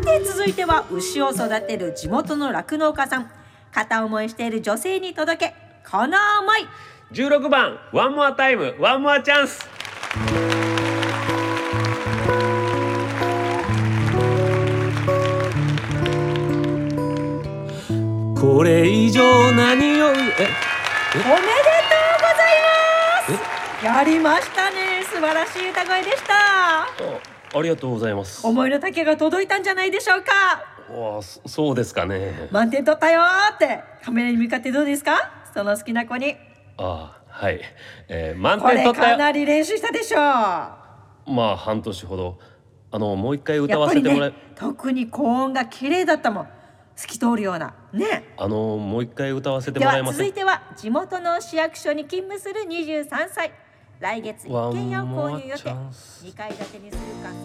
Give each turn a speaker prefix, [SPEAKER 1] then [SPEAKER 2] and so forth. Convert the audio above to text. [SPEAKER 1] て続いては牛を育てる地元の酪農家さん片思いしている女性に届けこの思い
[SPEAKER 2] 16番ワンモアタイムワンモアチャンスこれ以上何を
[SPEAKER 1] お
[SPEAKER 2] え
[SPEAKER 1] めでとうございますやりましたね素晴らしい歌声でした
[SPEAKER 2] あありがとうございます
[SPEAKER 1] 思いの丈が届いたんじゃないでしょうか
[SPEAKER 2] わあそそうですかね
[SPEAKER 1] 満点取ったよーってカメラに向かってどうですかその好きな子に
[SPEAKER 2] ああはい、えー、満
[SPEAKER 1] こ
[SPEAKER 2] 点
[SPEAKER 1] れ
[SPEAKER 2] 取った
[SPEAKER 1] か
[SPEAKER 2] よ
[SPEAKER 1] なり練習したでしょう
[SPEAKER 2] まあ半年ほどあのもう一回歌
[SPEAKER 1] やっ
[SPEAKER 2] わ
[SPEAKER 1] ぱ
[SPEAKER 2] せ
[SPEAKER 1] り
[SPEAKER 2] てもらえ、
[SPEAKER 1] ね特に高音が綺麗だったもん透き通るようなね
[SPEAKER 2] あのもう一回歌わせて
[SPEAKER 1] で
[SPEAKER 2] もらえ
[SPEAKER 1] は
[SPEAKER 2] ま
[SPEAKER 1] 続
[SPEAKER 2] せん
[SPEAKER 1] いては地元の市役所に勤務する23歳来月一軒家を購入予定
[SPEAKER 2] ワンモアチャンス
[SPEAKER 1] 2階建てにするか